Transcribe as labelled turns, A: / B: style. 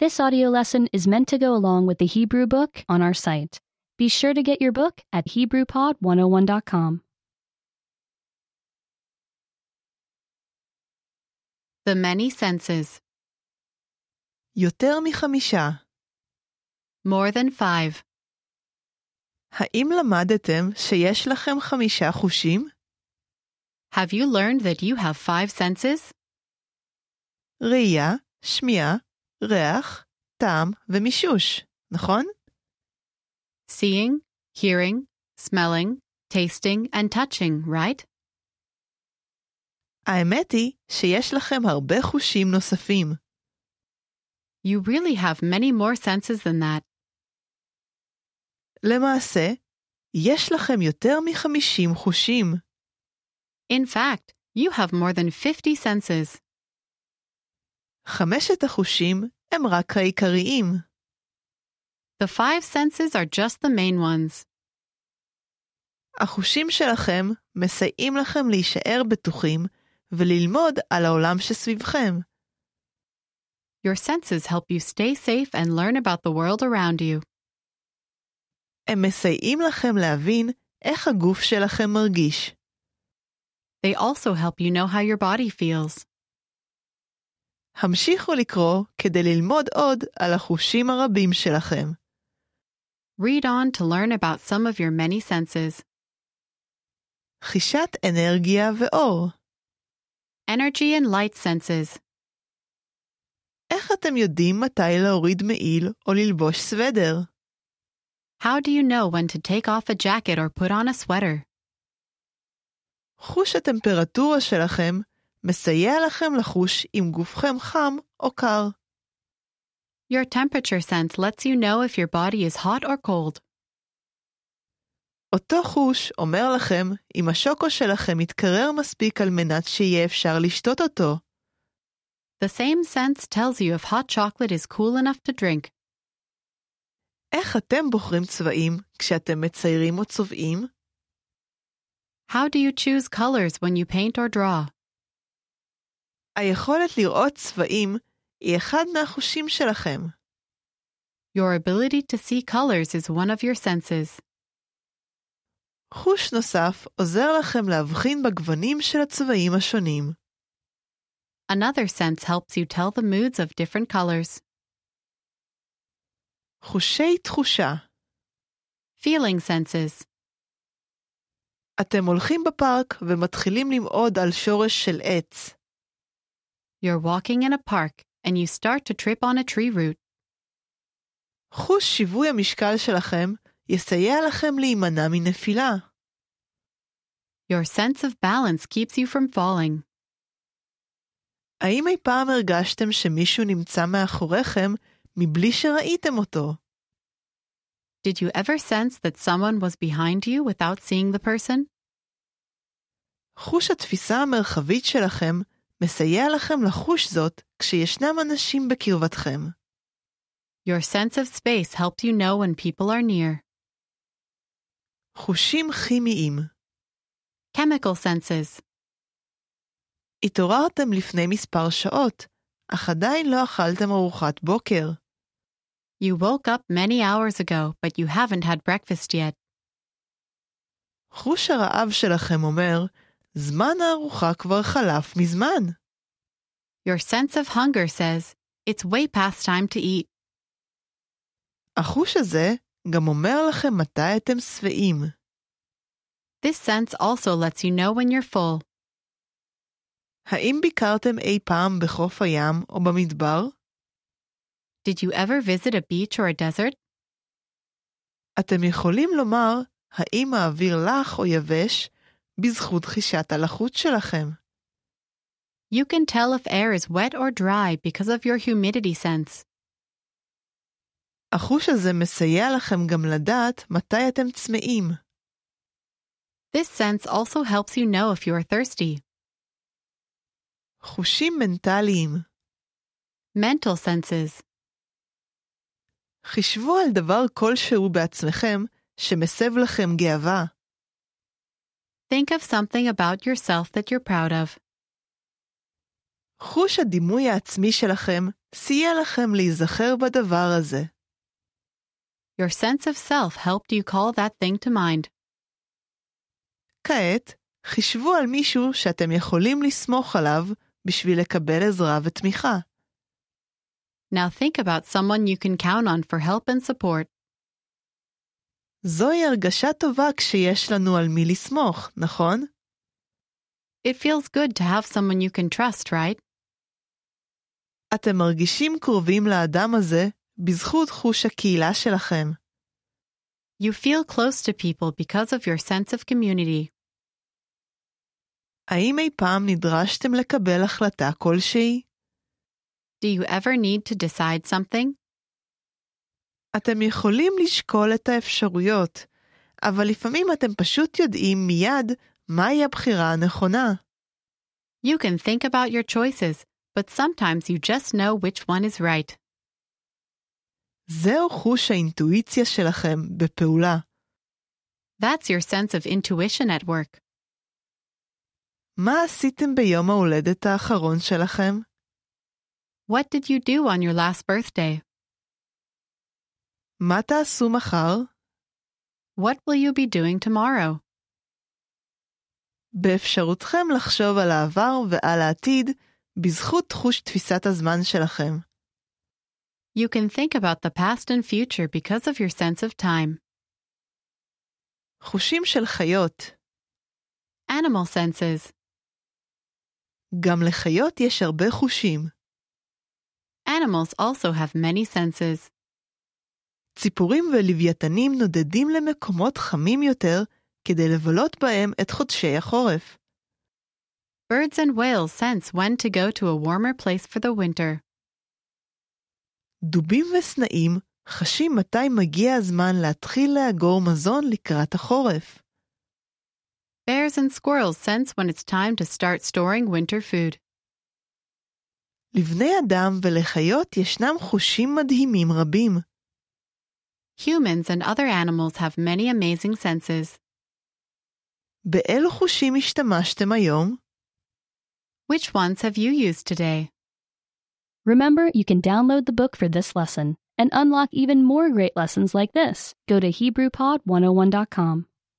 A: This audio lesson is meant to go along with the Hebrew book on our site. Be sure to get your book at HebrewPod101.com.
B: The many senses.
C: יותר מחמישה.
B: More than five.
C: האם למדתם שיש לכם חמישה חושים?
B: Have you learned that you have five senses?
C: ראייה, שמיעה, ריח, טעם ומישוש, נכון?
B: Seeing, hearing, smelling, tasting, and touching, right?
C: האמת היא שיש לכם הרבה חושים נוספים.
B: You really have many more senses than that.
C: למעשה, יש לכם יותר מחמישים חושים.
B: In fact, you have more than 50 senses.
C: חמשת החושים הם רק העיקריים.
B: The five senses are just the main ones.
C: החושים שלכם מסייעים לכם להישאר בטוחים וללמוד על העולם שסביבכם.
B: Your senses help you stay safe and learn about the world around you.
C: הם מסייעים לכם להבין איך הגוף שלכם מרגיש.
B: They also help you know how your body feels.
C: המשיכו לקרוא כדי ללמוד עוד על החושים הרבים שלכם.
B: Read on to learn about some of your many senses
C: חישת אנרגיה ואור.
B: energy and light senses.
C: איך אתם יודעים מתי להוריד מעיל או ללבוש סוודר?
B: How do you know when to take off a jacket or put on a sweater?
C: חוש הטמפרטורה שלכם מסייע לכם לחוש אם גופכם חם או קר.
B: Your temperature sense lets you know if your body is hot or cold.
C: אותו חוש אומר לכם אם השוקו שלכם מתקרר מספיק על מנת שיהיה אפשר לשתות אותו.
B: The same sense tells you if hot chocolate is cool enough to drink.
C: איך אתם בוחרים צבעים כשאתם מציירים או צובעים?
B: How do you choose colors when you paint or draw?
C: היכולת לראות צבעים היא אחד מהחושים שלכם.
B: Your ability to see colors is one of your senses.
C: חוש נוסף עוזר לכם להבחין בגוונים של הצבעים השונים.
B: Another sense helps you tell the moods of different colors.
C: חושי תחושה
B: Feeling senses.
C: אתם הולכים בפארק ומתחילים למעוד על שורש של עץ.
B: You're walking in a park and you start to trip on a tree root.
C: חוש שיווי המשקל שלכם יסייע לכם להימנע מנפילה.
B: Your sense of balance keeps you from falling.
C: האם אי פעם הרגשתם שמישהו נמצא מאחוריכם מבלי שראיתם אותו?
B: Did you ever sense that someone was behind you without seeing the person?
C: חוש התפיסה המרחבית שלכם מסייע לכם לחוש זאת כשישנם אנשים בקרבתכם.
B: Your sense of space helps you know when people are near.
C: חושים כימיים
B: Chemical senses.
C: התעוררתם לפני מספר שעות, אך עדיין לא אכלתם ארוחת בוקר.
B: You woke up many hours ago, but you haven't had breakfast yet.
C: חוש הרעב שלכם אומר, זמן הארוחה כבר חלף מזמן.
B: Your sense of hunger says, it's way past time to eat.
C: החוש הזה גם אומר לכם מתי אתם שבעים.
B: This sense also lets you know when you're full.
C: האם ביקרתם אי פעם בחוף הים או במדבר?
B: Did you ever visit a beach or a desert?
C: אתם יכולים לומר האם האוויר לח או יבש בזכות חישת הלחות שלכם.
B: You can tell if air is wet or dry because of your humidity sense.
C: החוש הזה מסייע לכם גם לדעת מתי אתם צמאים.
B: This sense also helps you know if you are thirsty.
C: חושים מנטליים
B: Mental senses.
C: חישבו על דבר כלשהו בעצמכם שמסב לכם גאווה.
B: Think of something about yourself that you're proud of.
C: חוש הדימוי העצמי שלכם סייע לכם להיזכר בדבר הזה.
B: Your sense of self helped you call that thing to mind.
C: כעת, חישבו על מישהו שאתם יכולים לסמוך עליו בשביל לקבל עזרה ותמיכה.
B: Now think about someone you can count on for help and support.
C: זוהי הרגשה טובה כשיש לנו על מי לסמוך, נכון?
B: It feels good to have someone you can trust, right?
C: אתם מרגישים קרובים לאדם הזה בזכות חוש הקהילה שלכם.
B: You feel close to people because of your sense of community.
C: האם אי פעם נדרשתם לקבל החלטה כלשהי?
B: Do you ever need to decide something?
C: אתם יכולים לשקול את האפשרויות, אבל לפעמים אתם פשוט יודעים מיד מהי הבחירה הנכונה.
B: You can think about your choices, but sometimes you just know which one is right.
C: זהו חוש האינטואיציה שלכם בפעולה.
B: That's your sense of intuition at work.
C: מה עשיתם ביום ההולדת האחרון שלכם?
B: What did you do on your last birthday?
C: מה תעשו מחר?
B: What will you be doing tomorrow?
C: באפשרותכם לחשוב על העבר ועל העתיד בזכות חוש תפיסת הזמן שלכם.
B: You can think about the past and future because of your sense of time.
C: חושים של חיות
B: Animal senses.
C: גם לחיות יש הרבה חושים.
B: Animals also have many senses.
C: ציפורים ולוויתנים נודדים למקומות חמים יותר כדי לבלות בהם את חודשי החורף.
B: Birds and whales sense when to go to a warmer place for the winter.
C: דובים וסנאים חשים מתי מגיע הזמן להתחיל לאגור מזון לקראת החורף.
B: Bears and squirrels sense when it's time to start storing winter food.
C: לבני אדם ולחיות ישנם חושים מדהימים רבים.
B: Humans and other animals have many amazing senses.
C: באילו חושים השתמשתם היום?
B: Which ones have you used today?
A: Remember, you can download the book for this oh lesson and unlock even more great lessons like this. Go to HebrewPod101.com.